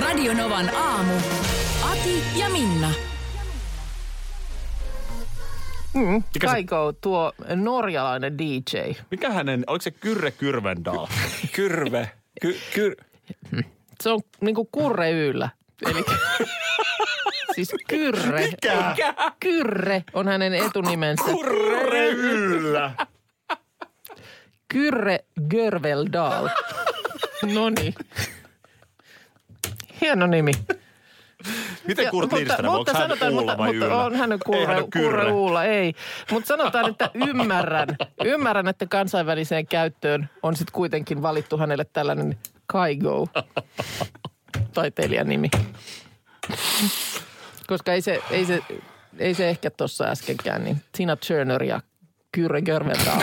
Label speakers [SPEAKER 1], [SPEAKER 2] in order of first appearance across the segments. [SPEAKER 1] Radionovan aamu. Ati ja Minna.
[SPEAKER 2] Mm,
[SPEAKER 3] Mikä se-
[SPEAKER 2] Kaiko, tuo norjalainen DJ.
[SPEAKER 3] Mikä hänen, oliko se Kyrre Kyrvendal?
[SPEAKER 4] Kyrve. Ky, kyr,
[SPEAKER 2] Se on niinku kurre yllä. Eli... siis kyrre. Mikä? Kyrre on hänen etunimensä.
[SPEAKER 3] Kyrre yllä.
[SPEAKER 2] Kyrre Görveldal. Noniin. Hieno nimi.
[SPEAKER 3] Miten Kurt Lindström, onko hän kuulla vai
[SPEAKER 2] mutta,
[SPEAKER 3] yllä?
[SPEAKER 2] on hän
[SPEAKER 3] Ei
[SPEAKER 2] kuure,
[SPEAKER 3] hän ole
[SPEAKER 2] kuure
[SPEAKER 3] Kyrre.
[SPEAKER 2] uulla, ei. Mutta sanotaan, että ymmärrän, ymmärrän, että kansainväliseen käyttöön on sitten kuitenkin valittu hänelle tällainen Kaigo, taiteilijan nimi. Koska ei se, ei se, ei se ehkä tuossa äskenkään, niin Tina Turner ja Kyrre Görvendaal.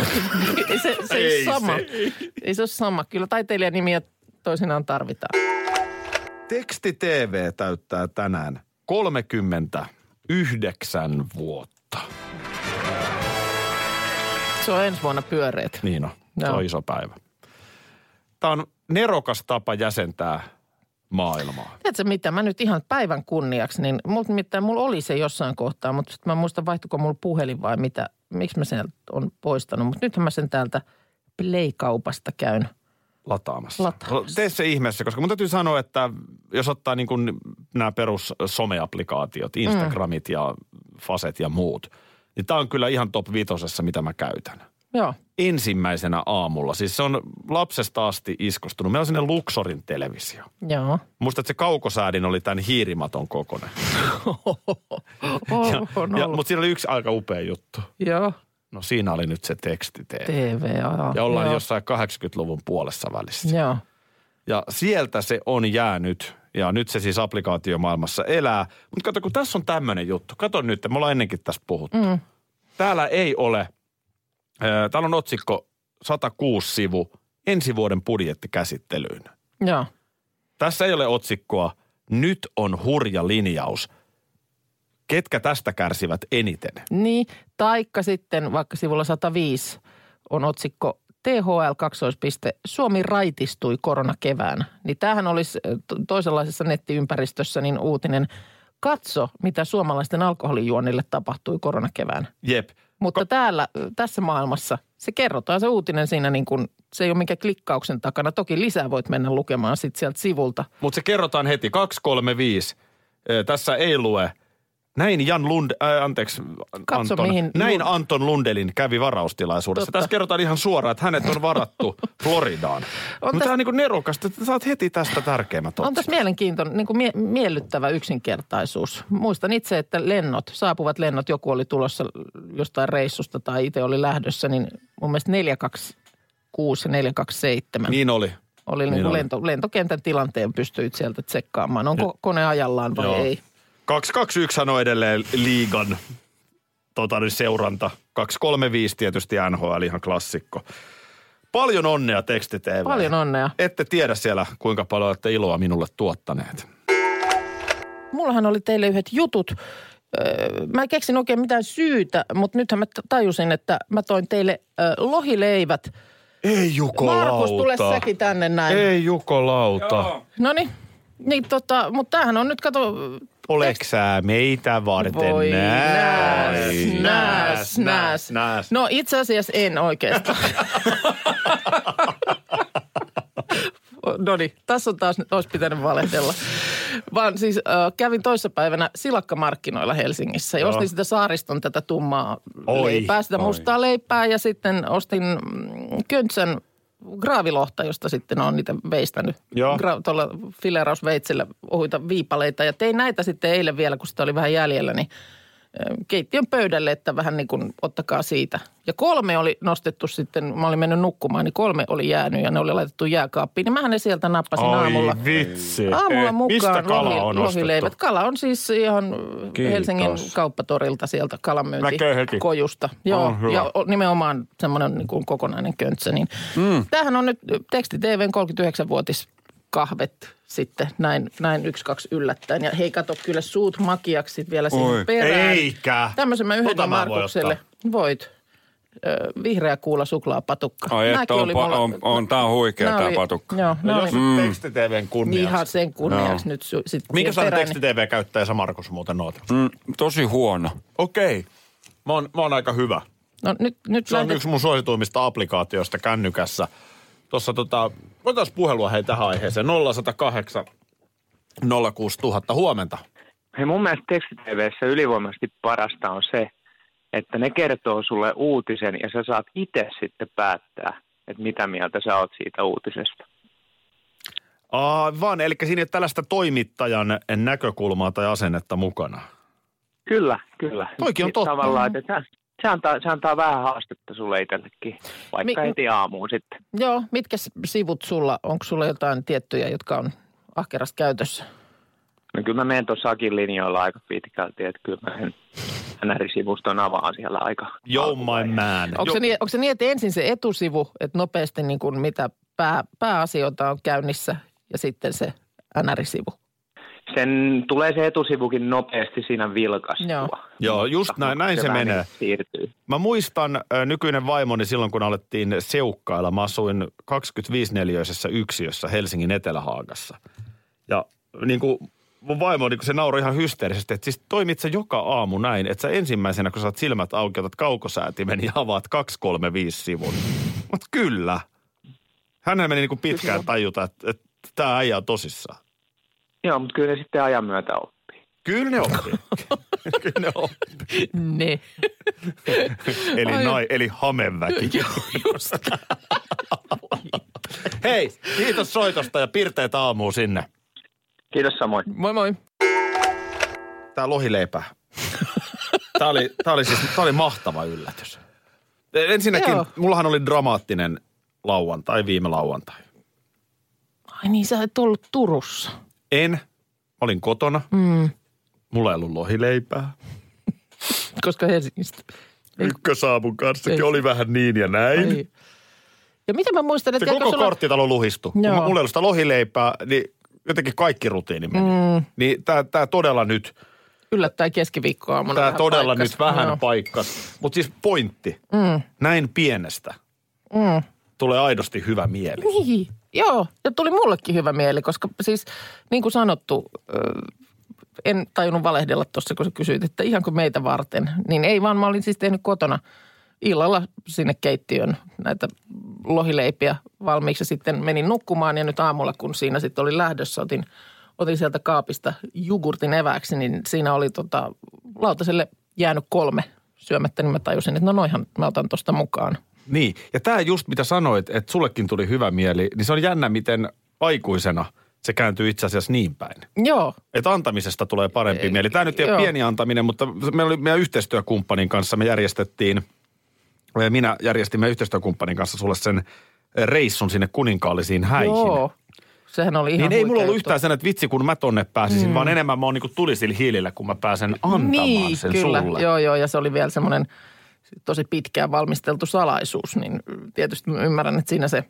[SPEAKER 2] ei se, se ei,
[SPEAKER 3] Ei
[SPEAKER 2] ole sama.
[SPEAKER 3] se,
[SPEAKER 2] ei. ei se ole sama. Kyllä taiteilijan nimiä toisinaan tarvitaan.
[SPEAKER 3] Teksti TV täyttää tänään 39 vuotta.
[SPEAKER 2] Se on ensi vuonna pyöreät.
[SPEAKER 3] Niin on. Se
[SPEAKER 2] Joo.
[SPEAKER 3] on iso päivä. Tämä on nerokas tapa jäsentää maailmaa.
[SPEAKER 2] Tiedätkö mitä, mä nyt ihan päivän kunniaksi, niin mut, mitään, mulla oli se jossain kohtaa, mutta sitten mä en muista vaihtuiko mulla puhelin vai mitä, miksi mä sen on poistanut. Mutta nythän mä sen täältä Play-kaupasta käyn.
[SPEAKER 3] Lataamassa.
[SPEAKER 2] Lataamassa.
[SPEAKER 3] Tee se ihmeessä, koska mun täytyy sanoa, että jos ottaa niin kuin nämä perus
[SPEAKER 2] Mm.
[SPEAKER 3] someapplikaatiot, Instagramit ja Faset ja muut, niin tämä on kyllä ihan top vitosessa, mitä mä käytän.
[SPEAKER 2] Joo,
[SPEAKER 3] Ensimmäisenä aamulla, siis se on lapsesta asti iskostunut. Meillä on sinne Luxorin televisio.
[SPEAKER 2] joo.
[SPEAKER 3] Muistat, että se kaukosäädin oli tämän hiirimaton kokonen.
[SPEAKER 2] Oh, on
[SPEAKER 3] Ja,
[SPEAKER 2] ollut.
[SPEAKER 3] mutta siinä oli yksi aika upea juttu.
[SPEAKER 2] Joo,
[SPEAKER 3] No siinä oli nyt se teksti TV.
[SPEAKER 2] TV. Joo.
[SPEAKER 3] Ja ollaan
[SPEAKER 2] joo.
[SPEAKER 3] jossain 80-luvun puolessa välissä.
[SPEAKER 2] Joo,
[SPEAKER 3] Ja sieltä se on jäänyt. Ja nyt se siis applikaatiomaailmassa elää. Mutta kato, kun tässä on tämmöinen juttu. Kato nyt, me ollaan ennenkin tässä puhuttu. Mm. Täällä ei ole, ö, täällä on otsikko 106 sivu ensi vuoden budjettikäsittelyyn.
[SPEAKER 2] joo.
[SPEAKER 3] Tässä ei ole otsikkoa, nyt on hurja linjaus. Ketkä tästä kärsivät eniten?
[SPEAKER 2] Niin, taikka sitten vaikka sivulla 105 on otsikko THL 2. Suomi raitistui koronakeväänä. Niin tämähän olisi ö, to- toisenlaisessa nettiympäristössä niin uutinen. Katso, mitä suomalaisten alkoholijuonnille tapahtui koronakeväänä.
[SPEAKER 3] Jep.
[SPEAKER 2] Mutta täällä, ö, tässä maailmassa, se kerrotaan se uutinen siinä niin kuin, se ei ole mikä klikkauksen takana. Toki lisää voit mennä lukemaan sitten sieltä sivulta.
[SPEAKER 3] Mutta se kerrotaan heti, 235. Ö, Tässä ei lue. Näin Jan Lund, äh, anteeksi,
[SPEAKER 2] Katso,
[SPEAKER 3] Anton,
[SPEAKER 2] mihin-
[SPEAKER 3] näin Anton Lundelin kävi varaustilaisuudessa.
[SPEAKER 2] Totta.
[SPEAKER 3] Tässä kerrotaan ihan suoraan, että hänet on varattu Floridaan. Mutta
[SPEAKER 2] täs-
[SPEAKER 3] tämä on niin nerokasta, että saat heti tästä tärkeimmät
[SPEAKER 2] On tässä
[SPEAKER 3] otsikot.
[SPEAKER 2] mielenkiintoinen, niin kuin mie- miellyttävä yksinkertaisuus. Muistan itse, että lennot, saapuvat lennot, joku oli tulossa jostain reissusta tai itse oli lähdössä, niin mun mielestä 426 ja 427 niin,
[SPEAKER 3] Niin oli.
[SPEAKER 2] oli niin
[SPEAKER 3] niin
[SPEAKER 2] kuin
[SPEAKER 3] oli.
[SPEAKER 2] lento, lentokentän tilanteen pystyit sieltä tsekkaamaan. Onko kone ajallaan vai
[SPEAKER 3] Joo.
[SPEAKER 2] ei?
[SPEAKER 3] 221 on edelleen liigan tota, niin seuranta. 235 tietysti NHL, ihan klassikko. Paljon onnea teksti TV.
[SPEAKER 2] Paljon onnea.
[SPEAKER 3] Ette tiedä siellä, kuinka paljon olette iloa minulle tuottaneet.
[SPEAKER 2] Mullahan oli teille yhdet jutut. Öö, Mä en keksin oikein mitään syytä, mutta nythän mä t- tajusin, että mä toin teille ö, lohileivät.
[SPEAKER 3] Ei Jukolauta.
[SPEAKER 2] Markus, tule säkin tänne näin.
[SPEAKER 3] Ei Jukolauta.
[SPEAKER 2] No niin. Niin tota, mutta tämähän on nyt, kato,
[SPEAKER 3] Oleksää meitä varten
[SPEAKER 2] voi
[SPEAKER 3] näin?
[SPEAKER 2] nääs, nääs, nääs,
[SPEAKER 3] nääs.
[SPEAKER 2] No itse asiassa en oikeastaan. No niin, tässä on taas, olisi pitänyt valehdella. Vaan siis äh, kävin toissapäivänä silakkamarkkinoilla Helsingissä ja
[SPEAKER 3] Joo.
[SPEAKER 2] ostin sitä saariston tätä tummaa
[SPEAKER 3] Oi,
[SPEAKER 2] leipää, sitä
[SPEAKER 3] oi.
[SPEAKER 2] mustaa leipää ja sitten ostin mm, köntsän graavilohta, josta sitten on niitä veistänyt
[SPEAKER 3] Joo.
[SPEAKER 2] gra- tuolla filerausveitsellä ohuita viipaleita. Ja tein näitä sitten eilen vielä, kun sitä oli vähän jäljellä, niin ö, keittiön pöydälle, että vähän niin kuin ottakaa siitä. Ja kolme oli nostettu sitten, mä olin mennyt nukkumaan, niin kolme oli jäänyt ja ne oli laitettu jääkaappiin. Niin mähän ne sieltä nappasin aamulla.
[SPEAKER 3] vitsi.
[SPEAKER 2] Aamulla mukaan
[SPEAKER 3] Eh, Mistä kala
[SPEAKER 2] lohi,
[SPEAKER 3] on
[SPEAKER 2] lohileivät.
[SPEAKER 3] ostettu?
[SPEAKER 2] Kala on siis ihan
[SPEAKER 4] Kiitos.
[SPEAKER 2] Helsingin kauppatorilta sieltä
[SPEAKER 3] Näkee heti.
[SPEAKER 2] kalanmyyntikojusta. Joo,
[SPEAKER 3] On hyvä.
[SPEAKER 2] ja o- nimenomaan semmoinen niin kuin kokonainen köntsä. Niin. Mm. Tämähän on nyt teksti TVn 39-vuotis kahvet sitten näin, näin yksi, kaksi yllättäen. Ja hei, kato kyllä suut makiaksi sit vielä
[SPEAKER 4] Oi.
[SPEAKER 2] siihen perään.
[SPEAKER 3] Eikä.
[SPEAKER 2] Tämmöisen mä
[SPEAKER 3] Tota
[SPEAKER 2] yhden
[SPEAKER 3] mä voin
[SPEAKER 2] Markukselle. Voit. Ö, vihreä kuula suklaapatukka.
[SPEAKER 4] Ai että
[SPEAKER 2] Nääkin
[SPEAKER 4] on, pa- on, on, tää on huikea
[SPEAKER 2] nää
[SPEAKER 4] tää
[SPEAKER 2] oli-
[SPEAKER 4] patukka.
[SPEAKER 2] Joo, nää
[SPEAKER 3] No,
[SPEAKER 2] oli-
[SPEAKER 3] jos mm. tekstiteven kunniaksi.
[SPEAKER 2] Niin Ihan sen kunniaksi no. nyt su- sit
[SPEAKER 3] Niin Minkä
[SPEAKER 2] siihen
[SPEAKER 3] sellainen
[SPEAKER 2] perään, niin-
[SPEAKER 3] tekstitv käyttäjä sä Markus muuten oot?
[SPEAKER 4] Mm, tosi huono.
[SPEAKER 3] Okei. Mä oon, mä oon aika hyvä.
[SPEAKER 2] niin- No nyt, nyt
[SPEAKER 3] Se on
[SPEAKER 2] lähdet,
[SPEAKER 3] yksi mun suosituimmista applikaatioista kännykässä. Tuossa tota, otas puhelua hei tähän aiheeseen. 0108 06000. Huomenta.
[SPEAKER 5] Hei, mun mielestä tekstiteveessä ylivoimaisesti parasta on se, että ne kertoo sulle uutisen ja sä saat itse sitten päättää, että mitä mieltä sä oot siitä uutisesta.
[SPEAKER 3] Aivan, eli siinä ei ole tällaista toimittajan näkökulmaa tai asennetta mukana.
[SPEAKER 5] Kyllä, kyllä. Siis
[SPEAKER 3] Toikin on totta.
[SPEAKER 5] Tavallaan, että sä- se antaa, se antaa vähän haastetta sulle itsellekin, vaikka
[SPEAKER 2] Mi-
[SPEAKER 5] Mi- heti aamuun sitten.
[SPEAKER 2] joo, mitkä s- sivut sulla, onko sulla jotain tiettyjä, jotka on ahkerasti käytössä?
[SPEAKER 5] No kyllä mä menen tuossa Akin linjoilla aika pitkälti, että kyllä mä en NR-sivuston avaan siellä aika.
[SPEAKER 3] Yo my man.
[SPEAKER 2] Onko se,
[SPEAKER 3] Joo.
[SPEAKER 2] niin, onko se niin, että ensin se etusivu, että nopeasti niin kuin mitä pää, pääasioita on käynnissä ja sitten se NR-sivu?
[SPEAKER 5] Sen tulee se etusivukin nopeasti siinä vilkastua.
[SPEAKER 2] Joo.
[SPEAKER 3] Joo, just näin, näin se
[SPEAKER 5] vähän
[SPEAKER 3] menee.
[SPEAKER 5] niin Siirtyy.
[SPEAKER 3] Mä muistan ö, nykyinen vaimoni silloin, kun alettiin seukkailla. Mä asuin 25-neliöisessä yksiössä Helsingin Etelähaagassa. Ja niin kuin mun vaimo, niin kuin se nauroi ihan hysteerisesti, että siis toimit sä joka aamu näin, että sä ensimmäisenä, kun sä oot silmät auki, otat kaukosäätimen ja avaat 235 sivun. Mut kyllä. Hänhän meni niin kuin pitkään tajuta, että, että tämä äijä on tosissaan.
[SPEAKER 5] Joo, mutta kyllä ne sitten ajan myötä oppii.
[SPEAKER 3] Kyllä ne oppi. kyllä ne oppi.
[SPEAKER 2] Ne.
[SPEAKER 3] Eli,
[SPEAKER 2] Ai-
[SPEAKER 3] nai, eli hameväki.
[SPEAKER 2] Joo, just.
[SPEAKER 3] Hei, kiitos soitosta ja pirteet aamua sinne.
[SPEAKER 5] Kiitos samoin.
[SPEAKER 2] Moi moi.
[SPEAKER 3] Tää lohileipä. Tää oli, tää oli siis, tää oli mahtava yllätys. E, Ensinnäkin,
[SPEAKER 2] Joo.
[SPEAKER 3] Joo. mullahan oli dramaattinen lauantai, viime lauantai.
[SPEAKER 2] Ai niin, sä et ollut Turussa.
[SPEAKER 3] En. Mä olin kotona. Mm. Mulla ei ollut lohileipää.
[SPEAKER 2] Koska Helsingistä.
[SPEAKER 3] Ykkösaamun
[SPEAKER 2] Ei.
[SPEAKER 3] kanssakin oli vähän niin ja näin.
[SPEAKER 2] Ai. Ja mitä mä muistan,
[SPEAKER 3] Se
[SPEAKER 2] että
[SPEAKER 3] koko
[SPEAKER 2] eikö
[SPEAKER 3] sulla... korttitalo luhistui. Kun
[SPEAKER 2] Joo.
[SPEAKER 3] mulla ei ollut sitä lohileipää, niin jotenkin kaikki rutiini meni. Mm. Niin tää, tää todella nyt –
[SPEAKER 2] yllättäen keskiviikkoaamuna.
[SPEAKER 3] Tämä
[SPEAKER 2] vähän
[SPEAKER 3] todella
[SPEAKER 2] paikkas.
[SPEAKER 3] nyt vähän
[SPEAKER 2] Joo.
[SPEAKER 3] no. paikkas. Mutta siis pointti. Mm. Näin pienestä mm. tulee aidosti hyvä mieli.
[SPEAKER 2] Niin, joo. Ja tuli mullekin hyvä mieli, koska siis niin kuin sanottu, ö, en tajunnut valehdella tuossa, kun sä kysyit, että ihan kuin meitä varten. Niin ei vaan, mä olin siis tehnyt kotona illalla sinne keittiön näitä lohileipiä valmiiksi. ja Sitten menin nukkumaan ja nyt aamulla, kun siinä sitten oli lähdössä, otin, otin sieltä kaapista jogurtin eväksi, niin siinä oli tota, lautaselle jäänyt kolme syömättä, niin mä tajusin, että no noihan mä otan tuosta mukaan.
[SPEAKER 3] Niin, ja tämä just mitä sanoit, että sullekin tuli hyvä mieli, niin se on jännä, miten aikuisena se kääntyy itse asiassa niin päin.
[SPEAKER 2] Joo,
[SPEAKER 3] Että antamisesta tulee parempi
[SPEAKER 2] Ei,
[SPEAKER 3] mieli. Tämä nyt ei
[SPEAKER 2] joo.
[SPEAKER 3] ole pieni antaminen, mutta me oli meidän yhteistyökumppanin kanssa, me järjestettiin, minä järjestin meidän yhteistyökumppanin kanssa sulle sen reissun sinne kuninkaallisiin häihin.
[SPEAKER 2] Joo. Sehän oli ihan
[SPEAKER 3] niin ei mulla
[SPEAKER 2] huikea
[SPEAKER 3] ollut
[SPEAKER 2] juttu.
[SPEAKER 3] yhtään sen, että vitsi kun mä tonne pääsisin, mm. vaan enemmän mä oon niinku tulisilla hiilillä, kun mä pääsen antamaan
[SPEAKER 2] Niin,
[SPEAKER 3] sen
[SPEAKER 2] kyllä.
[SPEAKER 3] sulle.
[SPEAKER 2] Joo, joo, ja se oli vielä semmoinen tosi pitkään valmisteltu salaisuus, niin tietysti mä ymmärrän, että siinä se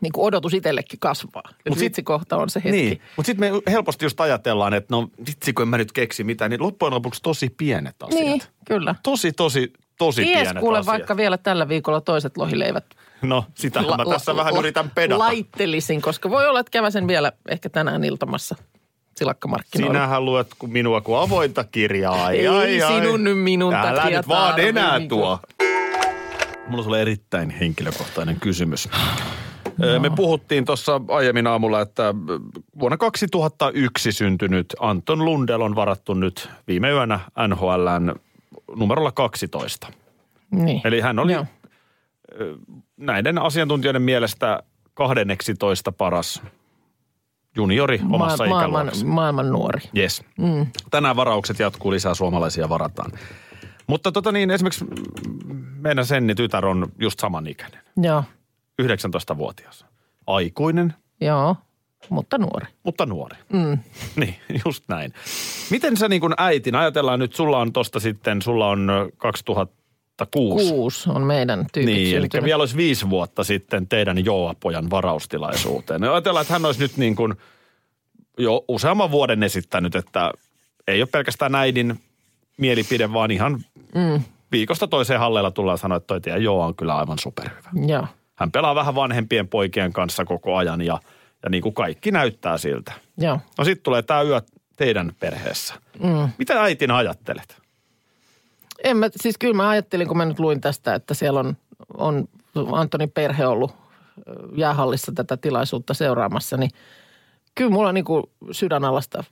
[SPEAKER 2] niin kuin odotus itsellekin kasvaa. Mutta
[SPEAKER 3] Mut sit-
[SPEAKER 2] vitsi kohta on se hetki.
[SPEAKER 3] Niin, mutta sitten me helposti just ajatellaan, että no vitsi kun en mä nyt keksi mitään, niin loppujen lopuksi tosi pienet asiat.
[SPEAKER 2] niin kyllä.
[SPEAKER 3] Tosi, tosi, tosi
[SPEAKER 2] Ties
[SPEAKER 3] pienet
[SPEAKER 2] kuule
[SPEAKER 3] asiat.
[SPEAKER 2] vaikka vielä tällä viikolla toiset lohileivät.
[SPEAKER 3] No, sitä mä tässä vähän yritän pedata.
[SPEAKER 2] Laittelisin, koska voi olla, että kävä sen vielä ehkä tänään iltamassa silakkamarkkinoilla.
[SPEAKER 3] Sinähän luet ku- minua kuin avointa kirjaa. Ai,
[SPEAKER 2] Ei
[SPEAKER 3] ai, ai.
[SPEAKER 2] sinun nyt minun
[SPEAKER 3] Älä
[SPEAKER 2] takia
[SPEAKER 3] nyt vaan
[SPEAKER 2] tarvii
[SPEAKER 3] enää
[SPEAKER 2] niinku-
[SPEAKER 3] tuo. Mulla on sulle erittäin henkilökohtainen kysymys.
[SPEAKER 2] No.
[SPEAKER 3] Ö, Me puhuttiin tuossa aiemmin aamulla, että ö, vuonna 2001 syntynyt Anton Lundell on varattu nyt viime yönä NHLn numerolla 12.
[SPEAKER 2] Niin.
[SPEAKER 3] Eli hän oli
[SPEAKER 2] Joo.
[SPEAKER 3] näiden asiantuntijoiden mielestä 12 paras juniori omassa
[SPEAKER 2] Ma- maailman,
[SPEAKER 3] ikäluokassa.
[SPEAKER 2] maailman nuori.
[SPEAKER 3] Yes. Mm. Tänään varaukset jatkuu, lisää suomalaisia varataan. Mutta tota niin, esimerkiksi mm, meidän Senni tytär on just samanikäinen,
[SPEAKER 2] Joo,
[SPEAKER 3] 19-vuotias. Aikuinen,
[SPEAKER 2] joo, mutta nuori.
[SPEAKER 3] mutta nuori. Mm. Niin, just näin. Miten sä niin kuin äitin, ajatellaan nyt, sulla on tosta sitten, sulla on ö, 2006.
[SPEAKER 2] Kuusi on meidän tyypit
[SPEAKER 3] Niin, eli
[SPEAKER 2] syntynyt.
[SPEAKER 3] vielä olisi viisi vuotta sitten teidän Joa-pojan varaustilaisuuteen. Ja Ajatellaan, että hän olisi nyt niin kuin jo useamman vuoden esittänyt, että ei ole pelkästään äidin mielipide, vaan ihan mm. viikosta toiseen halleilla tullaan sanoa, että toi teidän Joa on kyllä aivan superhyvä.
[SPEAKER 2] Joo.
[SPEAKER 3] Hän pelaa vähän vanhempien poikien kanssa koko ajan ja, ja niin kuin kaikki näyttää siltä.
[SPEAKER 2] Joo.
[SPEAKER 3] No sitten tulee tämä yö teidän perheessä. Mm. Mitä äitinä ajattelet?
[SPEAKER 2] En mä, siis kyllä mä ajattelin, kun mä nyt luin tästä, että siellä on, on Antonin perhe ollut ö, jäähallissa tätä tilaisuutta seuraamassa, niin kyllä mulla on niin kuin sydänalasta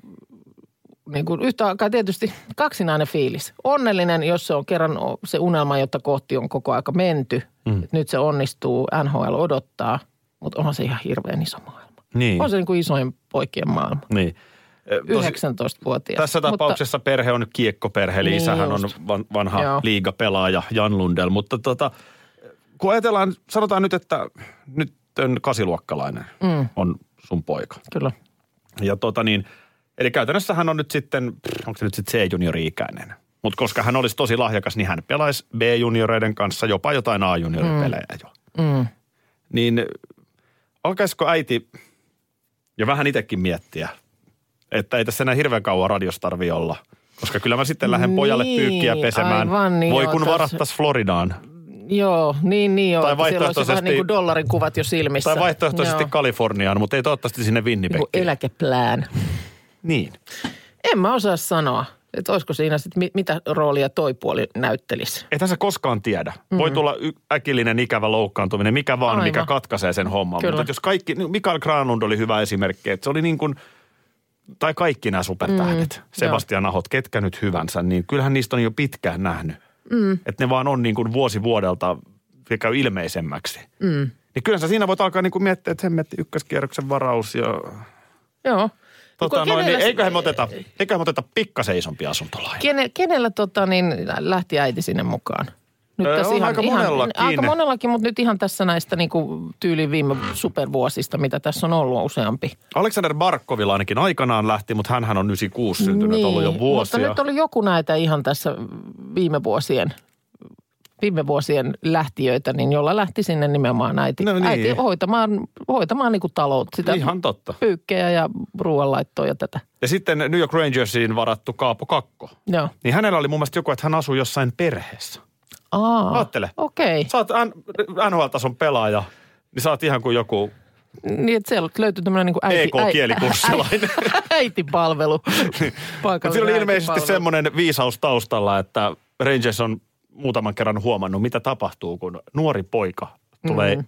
[SPEAKER 2] niin kuin yhtä aikaa tietysti kaksinainen fiilis. Onnellinen, jos se on kerran o- se unelma, jota kohti on koko aika menty. Mm. Nyt se onnistuu, NHL odottaa, mutta onhan se ihan hirveän iso maailma.
[SPEAKER 3] Niin.
[SPEAKER 2] On se niin kuin isoin poikien maailma.
[SPEAKER 3] niin. Ö, tosi-
[SPEAKER 2] 19-vuotias.
[SPEAKER 3] Tässä tapauksessa perhe on kiekkoperhe, eli
[SPEAKER 2] Niin
[SPEAKER 3] isähän on
[SPEAKER 2] just.
[SPEAKER 3] van- vanha
[SPEAKER 2] Joo.
[SPEAKER 3] liigapelaaja Jan Lundell. Mutta tota, kun ajatellaan, sanotaan nyt, että nyt on kasiluokkalainen mm. on sun poika.
[SPEAKER 2] Mutta, kyllä.
[SPEAKER 3] Ja tota niin, eli käytännössä hän on nyt sitten, pff, onko se nyt sitten C-juniori-ikäinen? Mutta koska hän olisi tosi lahjakas, niin hän pelaisi B-junioreiden kanssa jopa jotain A-junioripelejä mm. jo. Mm. Niin alkaisiko äiti, ja vähän itsekin miettiä, että ei tässä enää hirveän kauan radios tarvi olla. Koska kyllä mä sitten lähden pojalle
[SPEAKER 2] Niin,
[SPEAKER 3] pyykkiä pesemään.
[SPEAKER 2] aivan, niin
[SPEAKER 3] Voi
[SPEAKER 2] joo,
[SPEAKER 3] kun
[SPEAKER 2] tässä-
[SPEAKER 3] varattas Floridaan.
[SPEAKER 2] Joo, niin, niin joo.
[SPEAKER 3] Tai
[SPEAKER 2] että siellä olisi vähän
[SPEAKER 3] vaihtoehtoisesti-
[SPEAKER 2] niin kuin dollarin kuvat jo silmissä.
[SPEAKER 3] Tai vaihtoehtoisesti
[SPEAKER 2] Joo.
[SPEAKER 3] Kaliforniaan, mutta ei toivottavasti sinne
[SPEAKER 2] Joku
[SPEAKER 3] Winnipegiin.
[SPEAKER 2] eläkeplään.
[SPEAKER 3] Niin.
[SPEAKER 2] En mä osaa sanoa, että olisiko siinä sitten, mi- mitä roolia toi puoli näyttelisi.
[SPEAKER 3] Eihän sä koskaan tiedä. Mm-hmm. Voi tulla y- äkillinen ikävä loukkaantuminen, mikä vaan,
[SPEAKER 2] Aivan.
[SPEAKER 3] Aivan. mikä katkaisee sen homman.
[SPEAKER 2] Kyllä.
[SPEAKER 3] Mutta jos kaikki, niin Mikael Granlund oli hyvä esimerkki, että se oli niin kuin, tai kaikki nämä supertähdet, mm, Sebastian Ahot, ketkä nyt hyvänsä, niin kyllähän niistä on jo pitkään nähnyt. Mm. Että ne vaan on niin kuin vuosi vuodelta, se käy ilmeisemmäksi. Mm. Niin kyllä sä siinä voit alkaa niin kuin miettiä, että hemmetti ykköskierroksen varaus ja...
[SPEAKER 2] Joo.
[SPEAKER 3] Tota,
[SPEAKER 2] Kun
[SPEAKER 3] noin, niin,
[SPEAKER 2] kenellä-
[SPEAKER 3] eiköhän me oteta, eiköhän me oteta pikkasen isompi asuntolaina.
[SPEAKER 2] Kene, kenellä tota, niin, lähti äiti sinne mukaan? Nyt
[SPEAKER 3] Öö, on aika monellakin.
[SPEAKER 2] Aika monellakin, mutta nyt ihan tässä näistä niin kuin, tyyliin viime supervuosista, mitä tässä on ollut useampi.
[SPEAKER 3] Alexander Barkovilla ainakin aikanaan lähti, mutta hän on 96 syntynyt, niin, ollut jo vuosia.
[SPEAKER 2] Mutta nyt oli joku näitä ihan tässä viime vuosien, viime vuosien lähtiöitä, niin jolla lähti sinne nimenomaan äiti,
[SPEAKER 3] No niin.
[SPEAKER 2] äiti hoitamaan, hoitamaan niin kuin taloutta, sitä
[SPEAKER 3] Ihan totta.
[SPEAKER 2] pyykkejä ja ruoanlaittoa ja tätä.
[SPEAKER 3] Ja sitten New York Rangersiin varattu Kaapo Kakko.
[SPEAKER 2] Joo.
[SPEAKER 3] Niin hänellä oli mun mielestä joku, että hän asuu jossain perheessä.
[SPEAKER 2] Aa,
[SPEAKER 3] Aattele.
[SPEAKER 2] Okei.
[SPEAKER 3] Sä oot N- NHL-tason pelaaja, niin sä oot ihan kuin joku
[SPEAKER 2] Niin, että siellä löytyi tämmöinen niin kuin
[SPEAKER 3] E
[SPEAKER 2] äiti,
[SPEAKER 3] EK-kielikurssilainen.
[SPEAKER 2] äi- äitipalvelu.
[SPEAKER 3] Mutta Niin. siinä oli ilmeisesti semmoinen viisaus taustalla, että Rangers on muutaman kerran huomannut, mitä tapahtuu, kun nuori poika tulee mm.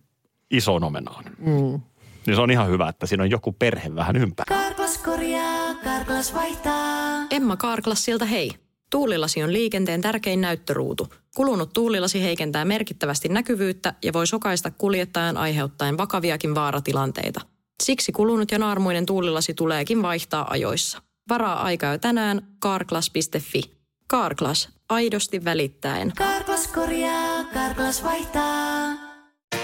[SPEAKER 3] isoon omenaan. Mm. Niin se on ihan hyvä, että siinä on joku perhe vähän ympärillä.
[SPEAKER 6] Karklas korjaa, Karklas vaihtaa.
[SPEAKER 1] Emma Karklas siltä hei. Tuulilasi on liikenteen tärkein näyttöruutu. Kulunut tuulilasi heikentää merkittävästi näkyvyyttä ja voi sokaista kuljettajan aiheuttaen vakaviakin vaaratilanteita. Siksi kulunut ja naarmuinen tuulilasi tuleekin vaihtaa ajoissa. Varaa aika jo tänään karklas.fi. Karklas, aidosti välittäen.
[SPEAKER 6] Karklas korjaa, Karklas vaihtaa.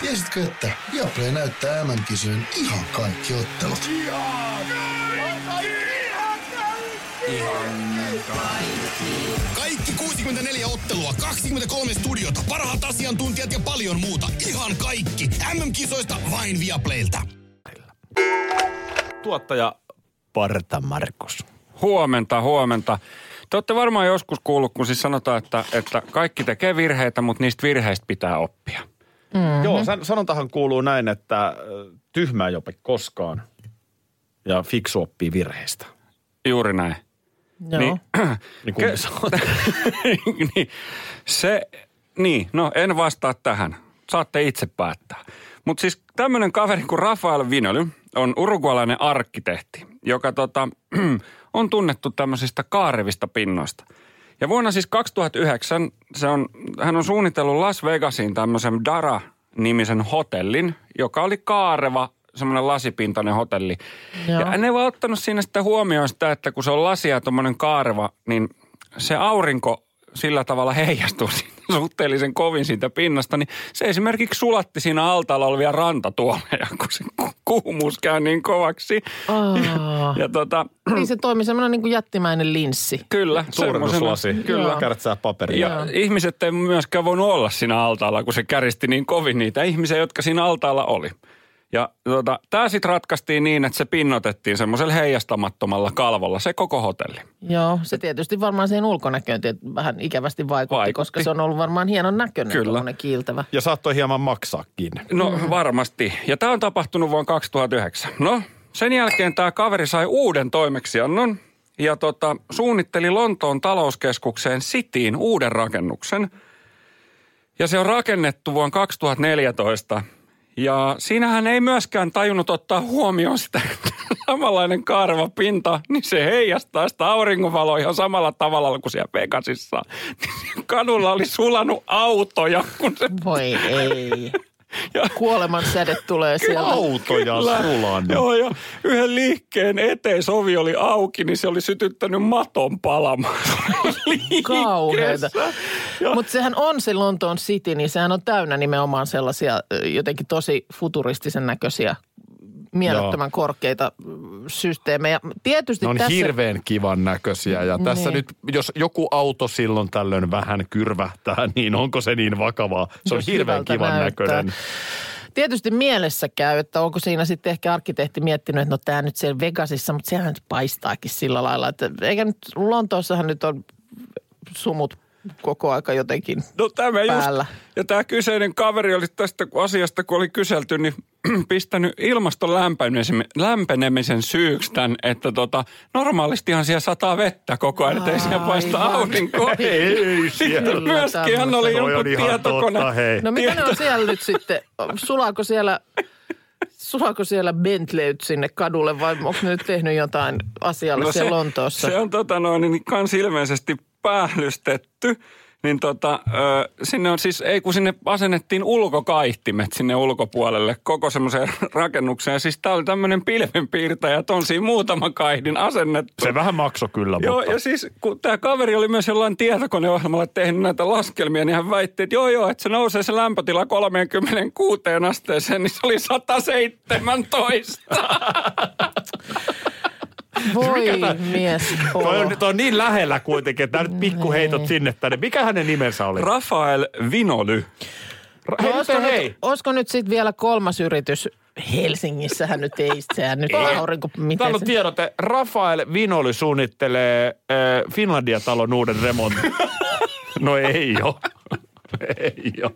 [SPEAKER 7] Tiesitkö, että Viaplay näyttää MM-kisojen ihan kaikki ottelut?
[SPEAKER 8] Kaikki 64 ottelua, 23 studiota, parhaat asiantuntijat ja paljon muuta. Ihan kaikki. MM-kisoista vain Viaplaylta.
[SPEAKER 3] tuottaja Parta Markus.
[SPEAKER 4] Huomenta, huomenta. Te olette varmaan joskus kuullut, kun siis sanotaan, että, että kaikki tekee virheitä, mutta niistä virheistä pitää oppia.
[SPEAKER 3] Mm-hmm. Joo, san- sanontahan kuuluu näin, että ö, tyhmä ei opi koskaan ja fiksu oppii virheistä.
[SPEAKER 4] Juuri näin.
[SPEAKER 2] Joo.
[SPEAKER 4] Niin,
[SPEAKER 3] Niin kumpi sä oot?
[SPEAKER 4] niin, se, niin, no en vastaa tähän. Saatte itse päättää. Mutta siis tämmöinen kaveri kuin Rafael Vinöly on urugualainen arkkitehti, joka tota, on tunnettu tämmöisistä kaarevista pinnoista. Ja vuonna siis 2009 se on, hän on suunnitellut Las Vegasiin tämmöisen Dara-nimisen hotellin, joka oli kaareva semmoinen lasipintainen hotelli.
[SPEAKER 2] Joo.
[SPEAKER 4] Ja ne vaan ottanut siinä sitten huomioon sitä, että kun se on lasia tuommoinen kaareva, niin se aurinko sillä tavalla heijastuu siitä suhteellisen kovin siitä pinnasta, niin se esimerkiksi sulatti siinä altaalla olevia rantatuoleja, kun se ku- kuumuus käy niin kovaksi.
[SPEAKER 2] Aa.
[SPEAKER 4] Ja tota,
[SPEAKER 2] niin se toimi semmoinen niin kuin jättimäinen linssi.
[SPEAKER 4] kyllä.
[SPEAKER 3] Suurennuslasi.
[SPEAKER 4] semmoisena-
[SPEAKER 3] Kyllä.
[SPEAKER 2] Joo.
[SPEAKER 3] Kärtsää paperia.
[SPEAKER 4] Ja ihmiset ei myöskään voinut olla siinä altaalla, kun se käristi niin kovin niitä ihmisiä, jotka siinä altaalla oli. Ja tota, tämä sitten ratkaistiin niin, että se pinnotettiin semmoisella heijastamattomalla kalvolla, se koko hotelli.
[SPEAKER 2] Joo, se tietysti varmaan siihen ulkonäköön tiet- vähän ikävästi vaikutti,
[SPEAKER 4] Vaikutti.
[SPEAKER 2] koska se on ollut varmaan hienon näköinen,
[SPEAKER 4] Kyllä.
[SPEAKER 2] Kyllä. kiiltävä.
[SPEAKER 3] Ja saattoi hieman maksaakin.
[SPEAKER 4] No varmasti. Ja tämä on tapahtunut vuonna 2009. No, sen jälkeen tämä kaveri sai uuden toimeksiannon ja tota, suunnitteli Lontoon talouskeskukseen Cityin uuden rakennuksen. Ja se on rakennettu vuonna 2014. Ja siinähän ei myöskään tajunnut ottaa huomioon sitä, että samanlainen kaareva pinta, niin se heijastaa sitä auringonvaloa ihan samalla tavalla kuin siellä Vegasissa. Kadulla oli sulanut autoja, kun se
[SPEAKER 2] Voi ei.
[SPEAKER 4] Ja-
[SPEAKER 2] Kuoleman säde tulee sieltä.
[SPEAKER 3] Autoja
[SPEAKER 4] Kyllä.
[SPEAKER 3] sulan.
[SPEAKER 4] Joo, ja yhden liikkeen eteen sovi oli auki, niin se oli sytyttänyt maton palamaan. liikkeessä.
[SPEAKER 2] Kauheeta.
[SPEAKER 4] Ja-
[SPEAKER 2] Mutta sehän on se Lontoon City, niin sehän on täynnä nimenomaan sellaisia ö, jotenkin tosi futuristisen näköisiä, mielettömän korkeita ö, systeemejä. Tietysti
[SPEAKER 3] Ne on
[SPEAKER 2] tässä...
[SPEAKER 3] hirveän kivan näköisiä ja tässä
[SPEAKER 2] Niin.
[SPEAKER 3] nyt, jos joku auto silloin tällöin vähän kyrvähtää, niin onko se niin vakavaa? Se on
[SPEAKER 2] Jos
[SPEAKER 3] hirveän
[SPEAKER 2] hyvältä
[SPEAKER 3] kivan
[SPEAKER 2] näyttää.
[SPEAKER 3] näköinen.
[SPEAKER 2] Tietysti mielessä käy, että onko siinä sitten ehkä arkkitehti miettinyt, että no tämä nyt siellä Vegasissa, mutta sehän nyt paistaakin sillä lailla, että eikä nyt Lontoossahan nyt on sumut koko aika jotenkin.
[SPEAKER 4] No tämä
[SPEAKER 2] Päällä.
[SPEAKER 4] just, ja tämä kyseinen kaveri oli tästä asiasta, kun oli kyselty, niin pistänyt ilmaston lämpenemisen, lämpenemisen syyksi tämän, että tota, normaalistihan siellä sataa vettä koko ajan, ettei siellä paista
[SPEAKER 2] Aivan.
[SPEAKER 4] aurinkoa.
[SPEAKER 3] Ei siellä.
[SPEAKER 4] Sitten myöskin hän oli
[SPEAKER 3] Toi on
[SPEAKER 4] joku
[SPEAKER 3] ihan
[SPEAKER 4] tietokone.
[SPEAKER 3] totta, hei.
[SPEAKER 2] No mitä ne on siellä nyt sitten? Sulaako siellä, sulaako siellä Bentleyt sinne kadulle vai onko ne nyt tehnyt jotain asialle no siellä Lontoossa?
[SPEAKER 4] Se on tota noin, niin kans ilmeisesti päällystetty. Niin tota, ö, sinne on siis, ei kun sinne asennettiin ulkokaihtimet sinne ulkopuolelle koko semmoiseen rakennukseen. Ja Siis tää oli tämmönen pilvenpiirtäjä, että on siinä muutama kaihdin asennettu.
[SPEAKER 3] Se vähän makso kyllä,
[SPEAKER 4] Joo,
[SPEAKER 3] mutta
[SPEAKER 4] ja siis kun tämä kaveri oli myös jollain tietokoneohjelmalla tehnyt näitä laskelmia, niin hän väitti, että joo joo, että se nousee se lämpötila 36 asteeseen, niin se oli 117.
[SPEAKER 2] Voi
[SPEAKER 3] Mikä tää-
[SPEAKER 2] mies.
[SPEAKER 3] toi,
[SPEAKER 2] oo.
[SPEAKER 3] on, Niin. toi on niin lähellä kuitenkin, että nyt pikkuheitot sinne tänne. Mikä hänen nimensä oli?
[SPEAKER 4] Rafael Vinoly.
[SPEAKER 3] Ra-
[SPEAKER 2] No
[SPEAKER 3] hei,
[SPEAKER 2] olisiko,
[SPEAKER 3] nyt, hei.
[SPEAKER 2] nyt, olisiko nyt sitten vielä kolmas yritys? Helsingissähän nyt ei, sehän nyt
[SPEAKER 3] Ei.
[SPEAKER 2] aurinko, miten
[SPEAKER 3] Täällä on
[SPEAKER 2] se-
[SPEAKER 3] tiedote. Rafael Vinoli suunnittelee äh, Finlandia-talon uuden remontin. No ei jo. Ei jo.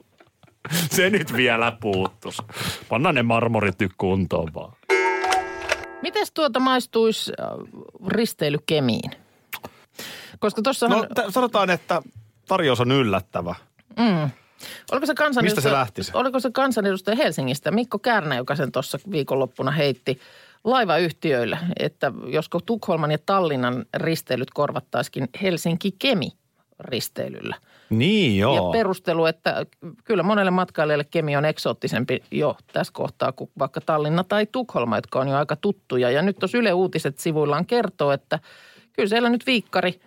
[SPEAKER 3] Se nyt vielä puuttus. Panna ne marmorit nyt kuntoon vaan.
[SPEAKER 2] Mites tuota maistuisi äh, risteily Kemiin? Koska tuossahan,
[SPEAKER 3] No
[SPEAKER 2] no,
[SPEAKER 3] t- sanotaan, että tarjous on yllättävä.
[SPEAKER 2] oliko se kansanedustaja,
[SPEAKER 3] mistä se lähti se?
[SPEAKER 2] Oliko se kansanedustaja Helsingistä, Mikko Kärnä, joka sen tuossa viikonloppuna heitti laivayhtiöille, että josko Tukholman ja Tallinnan risteilyt korvattaisikin Helsinki-Kemi risteilyllä.
[SPEAKER 3] Niin
[SPEAKER 2] Ja perustelu, että kyllä monelle matkailijalle Kemi on eksoottisempi jo tässä kohtaa kuin vaikka Tallinna tai Tukholma, jotka on jo aika tuttuja. Ja nyt tuossa Yle Uutiset sivuillaan kertoo, että kyllä siellä nyt viikkari,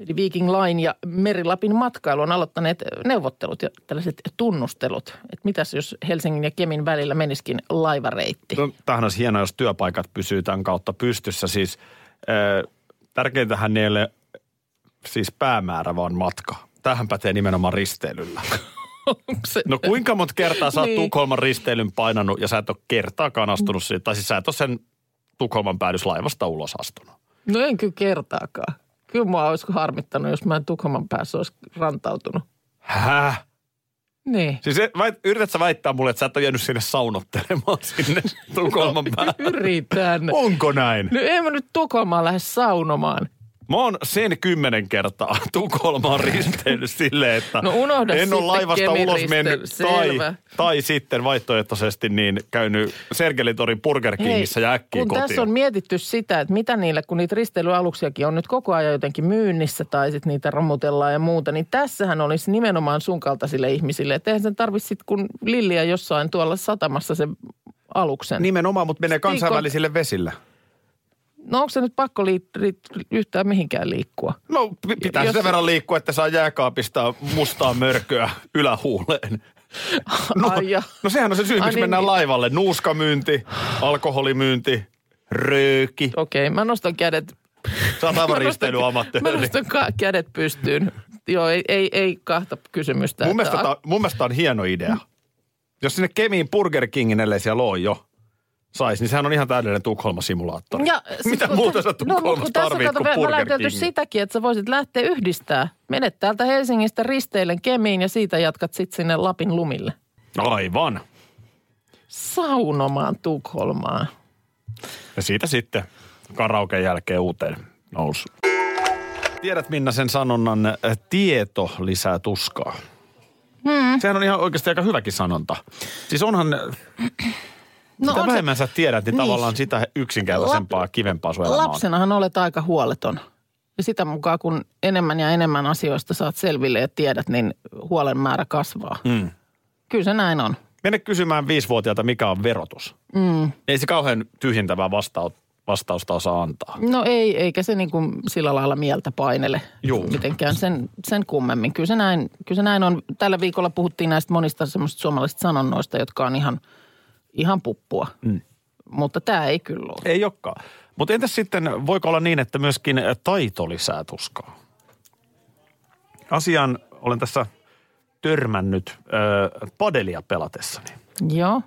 [SPEAKER 2] eli Viking Line ja Merilapin matkailu on aloittaneet neuvottelut ja tällaiset tunnustelut. Että mitäs jos Helsingin ja Kemin välillä menisikin laivareitti?
[SPEAKER 3] No, tämähän olisi hienoa, jos työpaikat pysyy tämän kautta pystyssä. Siis, äh, tärkeintähän ei ole siis päämäärä, vaan matka. Tähän pätee nimenomaan risteilyllä.
[SPEAKER 2] Onko se-
[SPEAKER 3] No kuinka monta kertaa sä oot
[SPEAKER 2] Niin.
[SPEAKER 3] Tukholman risteilyn painanut ja sä et ole kertaakaan astunut siitä, tai siis sä et ole sen Tukholman päädyslaivasta ulos astunut.
[SPEAKER 2] No en kyllä kertaakaan. Kyllä mua olisiko harmittanut, jos mä en Tukholman päässä olisi rantautunut.
[SPEAKER 3] Häh?
[SPEAKER 2] Niin.
[SPEAKER 3] Siis et, väit, yrität sä väittää mulle, että sä et ole jäänyt sinne saunottelemaan sinne
[SPEAKER 2] No
[SPEAKER 3] Tukholman päähän?
[SPEAKER 2] Yritän.
[SPEAKER 3] Onko näin?
[SPEAKER 2] No ei mä nyt Tukholmaan lähde saunomaan.
[SPEAKER 3] Mä oon sen kymmenen kertaa Tukholmaan risteillyt silleen, että
[SPEAKER 2] No unohda
[SPEAKER 3] en
[SPEAKER 2] sitten
[SPEAKER 3] ole laivasta
[SPEAKER 2] Kemin
[SPEAKER 3] ulos
[SPEAKER 2] riste-
[SPEAKER 3] mennyt.
[SPEAKER 2] selvä.
[SPEAKER 3] Tai, tai sitten vaihtoehtoisesti niin käynyt Sergelitorin Burger Kingissä ja äkkiä
[SPEAKER 2] kun
[SPEAKER 3] kotiin.
[SPEAKER 2] tässä on mietitty sitä, että mitä niille, kun niitä risteilyaluksiakin on nyt koko ajan jotenkin myynnissä tai sitten niitä romutellaan ja muuta, niin tässähän olisi nimenomaan sun kaltaisille ihmisille. Että eihän sen tarvitse sitten kun lilliä jossain tuolla satamassa sen aluksen.
[SPEAKER 3] Nimenomaan, mutta menee
[SPEAKER 2] Stiikon-
[SPEAKER 3] kansainvälisille vesillä.
[SPEAKER 2] No onko se nyt pakko liit- liit- yhtään mihinkään liikkua?
[SPEAKER 3] No p- pitää
[SPEAKER 2] Jos-
[SPEAKER 3] sen verran liikkua, että saa jääkaapista mustaa mörköä ylähuuleen. No,
[SPEAKER 2] Ai ja-
[SPEAKER 3] no sehän on se syy, miksi
[SPEAKER 2] Ai niin,
[SPEAKER 3] mennään
[SPEAKER 2] niin.
[SPEAKER 3] laivalle. Nuuskamyynti, alkoholimyynti, rööki.
[SPEAKER 2] Okei, okay, mä nostan
[SPEAKER 3] No,
[SPEAKER 2] kädet.
[SPEAKER 3] Sä oot
[SPEAKER 2] Mä
[SPEAKER 3] aivan risteilyamattööri.
[SPEAKER 2] nostan ka- kädet pystyyn. Joo, ei, ei, ei kahta kysymystä.
[SPEAKER 3] Mun
[SPEAKER 2] että
[SPEAKER 3] mielestä, tää, mun mielestä tää on hieno idea. Jos sinne Kemiin Burger Kingin, ellei siellä ole jo, saisi, niin sehän on ihan täydellinen Tukholma-simulaattori.
[SPEAKER 2] Ja,
[SPEAKER 3] Mitä
[SPEAKER 2] kun-
[SPEAKER 3] muuta sä
[SPEAKER 2] no, mut
[SPEAKER 3] Tukholmassa
[SPEAKER 2] kun tässä
[SPEAKER 3] tarvit
[SPEAKER 2] kato,
[SPEAKER 3] kuin
[SPEAKER 2] me- me
[SPEAKER 3] Burger
[SPEAKER 2] ollaan
[SPEAKER 3] King?
[SPEAKER 2] käyty sitäkin, että sä voisit lähteä yhdistää. Menet täältä Helsingistä risteillen Kemiin ja siitä jatkat sitten sinne Lapin lumille.
[SPEAKER 3] Aivan.
[SPEAKER 2] Saunomaan Tukholmaan.
[SPEAKER 3] Ja siitä sitten karaoken jälkeen uuteen nousu. Tiedät Minna sen sanonnan, äh, tieto lisää tuskaa. Hmm. Sehän on ihan oikeasti aika hyväkin sanonta. Siis onhan, äh,
[SPEAKER 2] No
[SPEAKER 3] mitä
[SPEAKER 2] on se-
[SPEAKER 3] vähemmän sä tiedät, niin,
[SPEAKER 2] Niin.
[SPEAKER 3] tavallaan sitä yksinkertaisempaa,
[SPEAKER 2] Lap-
[SPEAKER 3] kivempaa sun elämä on.
[SPEAKER 2] Lapsenahan olet aika huoleton. Ja sitä mukaan, kun enemmän ja enemmän asioista saat selville ja tiedät, niin huolen määrä kasvaa. Mm. Kyllä se näin on.
[SPEAKER 3] Mene kysymään viisivuotiaalta, mikä on verotus. Mm. Ei se kauhean tyhjentävää vastau- vastausta osaa antaa.
[SPEAKER 2] No ei, eikä se niin kuin sillä lailla mieltä painele
[SPEAKER 3] Juu.
[SPEAKER 2] mitenkään sen, sen kummemmin. Kyllä se, näin, kyllä se näin on. Tällä viikolla puhuttiin näistä monista semmoisista suomalaisista sanonnoista, jotka on ihan, ihan puppua. Mm. Mutta tämä ei kyllä ole.
[SPEAKER 3] Ei olekaan. Mutta entäs sitten, voiko olla niin, että myöskin taito lisää tuskaa? Asiaan olen tässä törmännyt ö, padelia pelatessani.
[SPEAKER 2] Joo.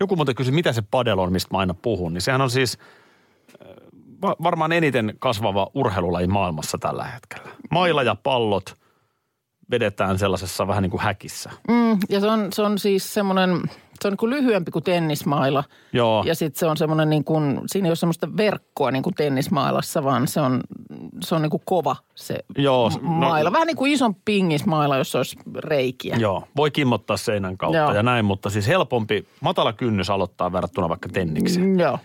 [SPEAKER 3] Joku muuten kysyi, mitä se padel on, mistä mä aina puhun. Niin sehän on siis ö, va- varmaan eniten kasvava urheilulaji maailmassa tällä hetkellä. Maila ja pallot vedetään sellaisessa vähän niin kuin häkissä.
[SPEAKER 2] Mm, ja se on, se on siis semmoinen, se on niin kuin lyhyempi kuin tennismailla.
[SPEAKER 3] Joo.
[SPEAKER 2] Ja sitten se on semmoinen niin kuin, siinä ei ole semmoista verkkoa niin kuin tennismailassa, vaan se on, se on niin kuin kova se
[SPEAKER 3] Joo, no,
[SPEAKER 2] m- maila. Vähän niin kuin ison pingismaila, jos olisi reikiä.
[SPEAKER 3] Joo, voi kimmottaa seinän kautta Joo.
[SPEAKER 2] Joo.
[SPEAKER 3] ja näin, mutta siis helpompi, matala kynnys aloittaa verrattuna vaikka tenniksi.
[SPEAKER 2] Mm, Joo.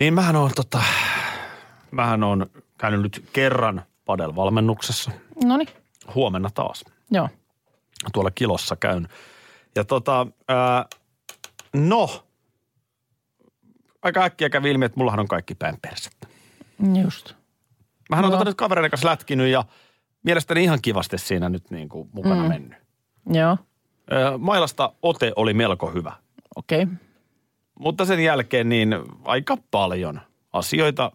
[SPEAKER 3] Niin mähän on tota, mähän on käynyt nyt kerran padelvalmennuksessa.
[SPEAKER 2] No niin,
[SPEAKER 3] Huomenna taas.
[SPEAKER 2] joo.
[SPEAKER 3] Tuolla kilossa käyn. Ja tota, ää, no, aika äkkiä kävi ilmi, että mullahan on kaikki päin persettä.
[SPEAKER 2] Just.
[SPEAKER 3] Mähän on
[SPEAKER 2] Joo.
[SPEAKER 3] tota nyt kavereiden kanssa lätkinyt ja mielestäni ihan kivasti siinä nyt niin kuin mukana mm. mennyt.
[SPEAKER 2] Joo,
[SPEAKER 3] Ää, mailasta ote oli melko hyvä.
[SPEAKER 2] okei. Okay.
[SPEAKER 3] Mutta sen jälkeen niin aika paljon asioita,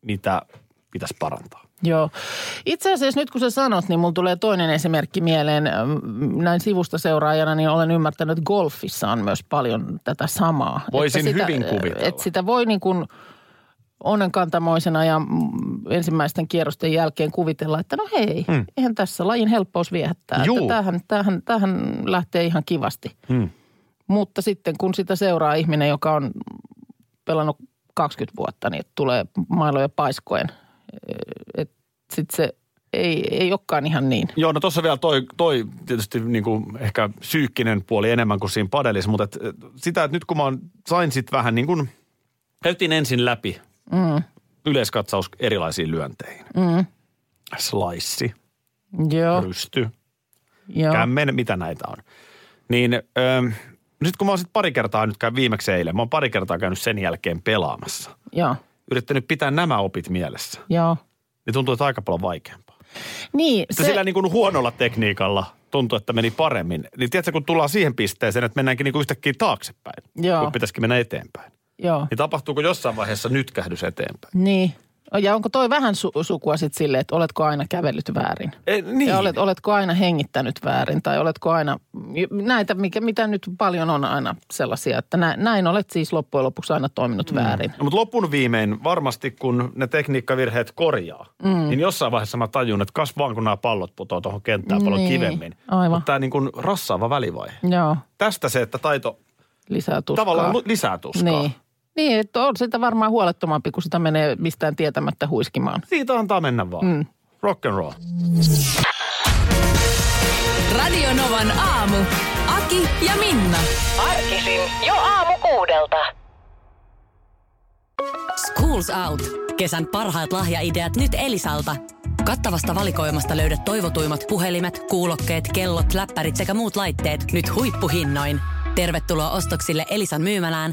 [SPEAKER 3] mitä pitäisi parantaa.
[SPEAKER 2] Joo. Itse asiassa nyt kun sä sanot, niin mulla tulee toinen esimerkki mieleen. Äm, Näin sivusta seuraajana, niin olen ymmärtänyt, että golfissa on myös paljon tätä samaa.
[SPEAKER 3] Voisin
[SPEAKER 2] Että
[SPEAKER 3] hyvin kuvitella.
[SPEAKER 2] Että sitä voi niin kuin onnenkantamoisena ja mm, ensimmäisten kierrosten jälkeen kuvitella, että no hei, mm. eihän tässä lajin helppous viehättää.
[SPEAKER 3] Juu.
[SPEAKER 2] Että tämähän, tämähän, tämähän lähtee ihan kivasti.
[SPEAKER 3] Mm.
[SPEAKER 2] Mutta sitten kun sitä seuraa ihminen, joka on pelannut 20 vuotta, niin tulee mailoja paiskoen. Sitten se ei, ei olekaan ihan niin.
[SPEAKER 3] Joo, no tuossa vielä toi, toi tietysti niin kuin ehkä psyykkinen puoli enemmän kuin siinä padelissa, mutta et, et sitä, että nyt kun mä oon- sain sit vähän niin kuin, käytiin ensin läpi
[SPEAKER 2] Mm.
[SPEAKER 3] yleiskatsaus erilaisiin lyönteihin.
[SPEAKER 2] Mm.
[SPEAKER 3] Slice,
[SPEAKER 2] Joo,
[SPEAKER 3] rysty,
[SPEAKER 2] joo.
[SPEAKER 3] kämmen, mitä näitä on. Niin öö, nyt kun mä oon sit pari kertaa, nyt käyn viimeksi eilen, mä oon pari kertaa käynyt sen jälkeen pelaamassa.
[SPEAKER 2] joo,
[SPEAKER 3] Yrittänyt pitää nämä opit mielessä.
[SPEAKER 2] joo.
[SPEAKER 3] Niin tuntuu, että aika paljon vaikeampaa.
[SPEAKER 2] Niin,
[SPEAKER 3] Se... Sillä niin kuin huonolla tekniikalla tuntuu, että meni paremmin. Niin tiedätkö, kun tullaan siihen pisteeseen, että mennäänkin niin kuin yhtäkkiä taaksepäin,
[SPEAKER 2] Joo.
[SPEAKER 3] kun pitäisikin mennä eteenpäin.
[SPEAKER 2] joo.
[SPEAKER 3] Niin tapahtuuko jossain vaiheessa nytkähdys eteenpäin?
[SPEAKER 2] Niin. Ja onko toi vähän su- sukua sitten sille, että oletko aina kävellyt väärin?
[SPEAKER 3] E, niin.
[SPEAKER 2] Ja olet, oletko aina hengittänyt väärin tai oletko aina, näitä mikä, mitä nyt paljon on aina sellaisia, että nä- näin olet siis loppujen lopuksi aina toiminut väärin.
[SPEAKER 3] No, mutta lopun viimein varmasti, kun ne tekniikkavirheet korjaa, mm. niin jossain vaiheessa mä tajun, että kas vaan kun nämä pallot putoaa tuohon kenttään paljon
[SPEAKER 2] Niin,
[SPEAKER 3] kivemmin.
[SPEAKER 2] aivan.
[SPEAKER 3] Mutta tämä niin kuin rassaava välivaihe.
[SPEAKER 2] Joo,
[SPEAKER 3] Tästä se, että taito
[SPEAKER 2] lisää tuskaa.
[SPEAKER 3] tavallaan lu- lisää tuskaa.
[SPEAKER 2] Niin. Niin, että on sitä varmaan huolettomampi, kun sitä menee mistään tietämättä huiskimaan.
[SPEAKER 3] Siitä antaa mennä vaan. Mm. Rock and roll.
[SPEAKER 9] Radio Novan aamu. Aki ja Minna.
[SPEAKER 10] Arkisin jo aamu kuudelta.
[SPEAKER 9] Schools Out. Kesän parhaat lahjaideat nyt Elisalta. Kattavasta valikoimasta löydät toivotuimmat puhelimet, kuulokkeet, kellot, läppärit sekä muut laitteet nyt huippuhinnoin. Tervetuloa ostoksille Elisan myymälään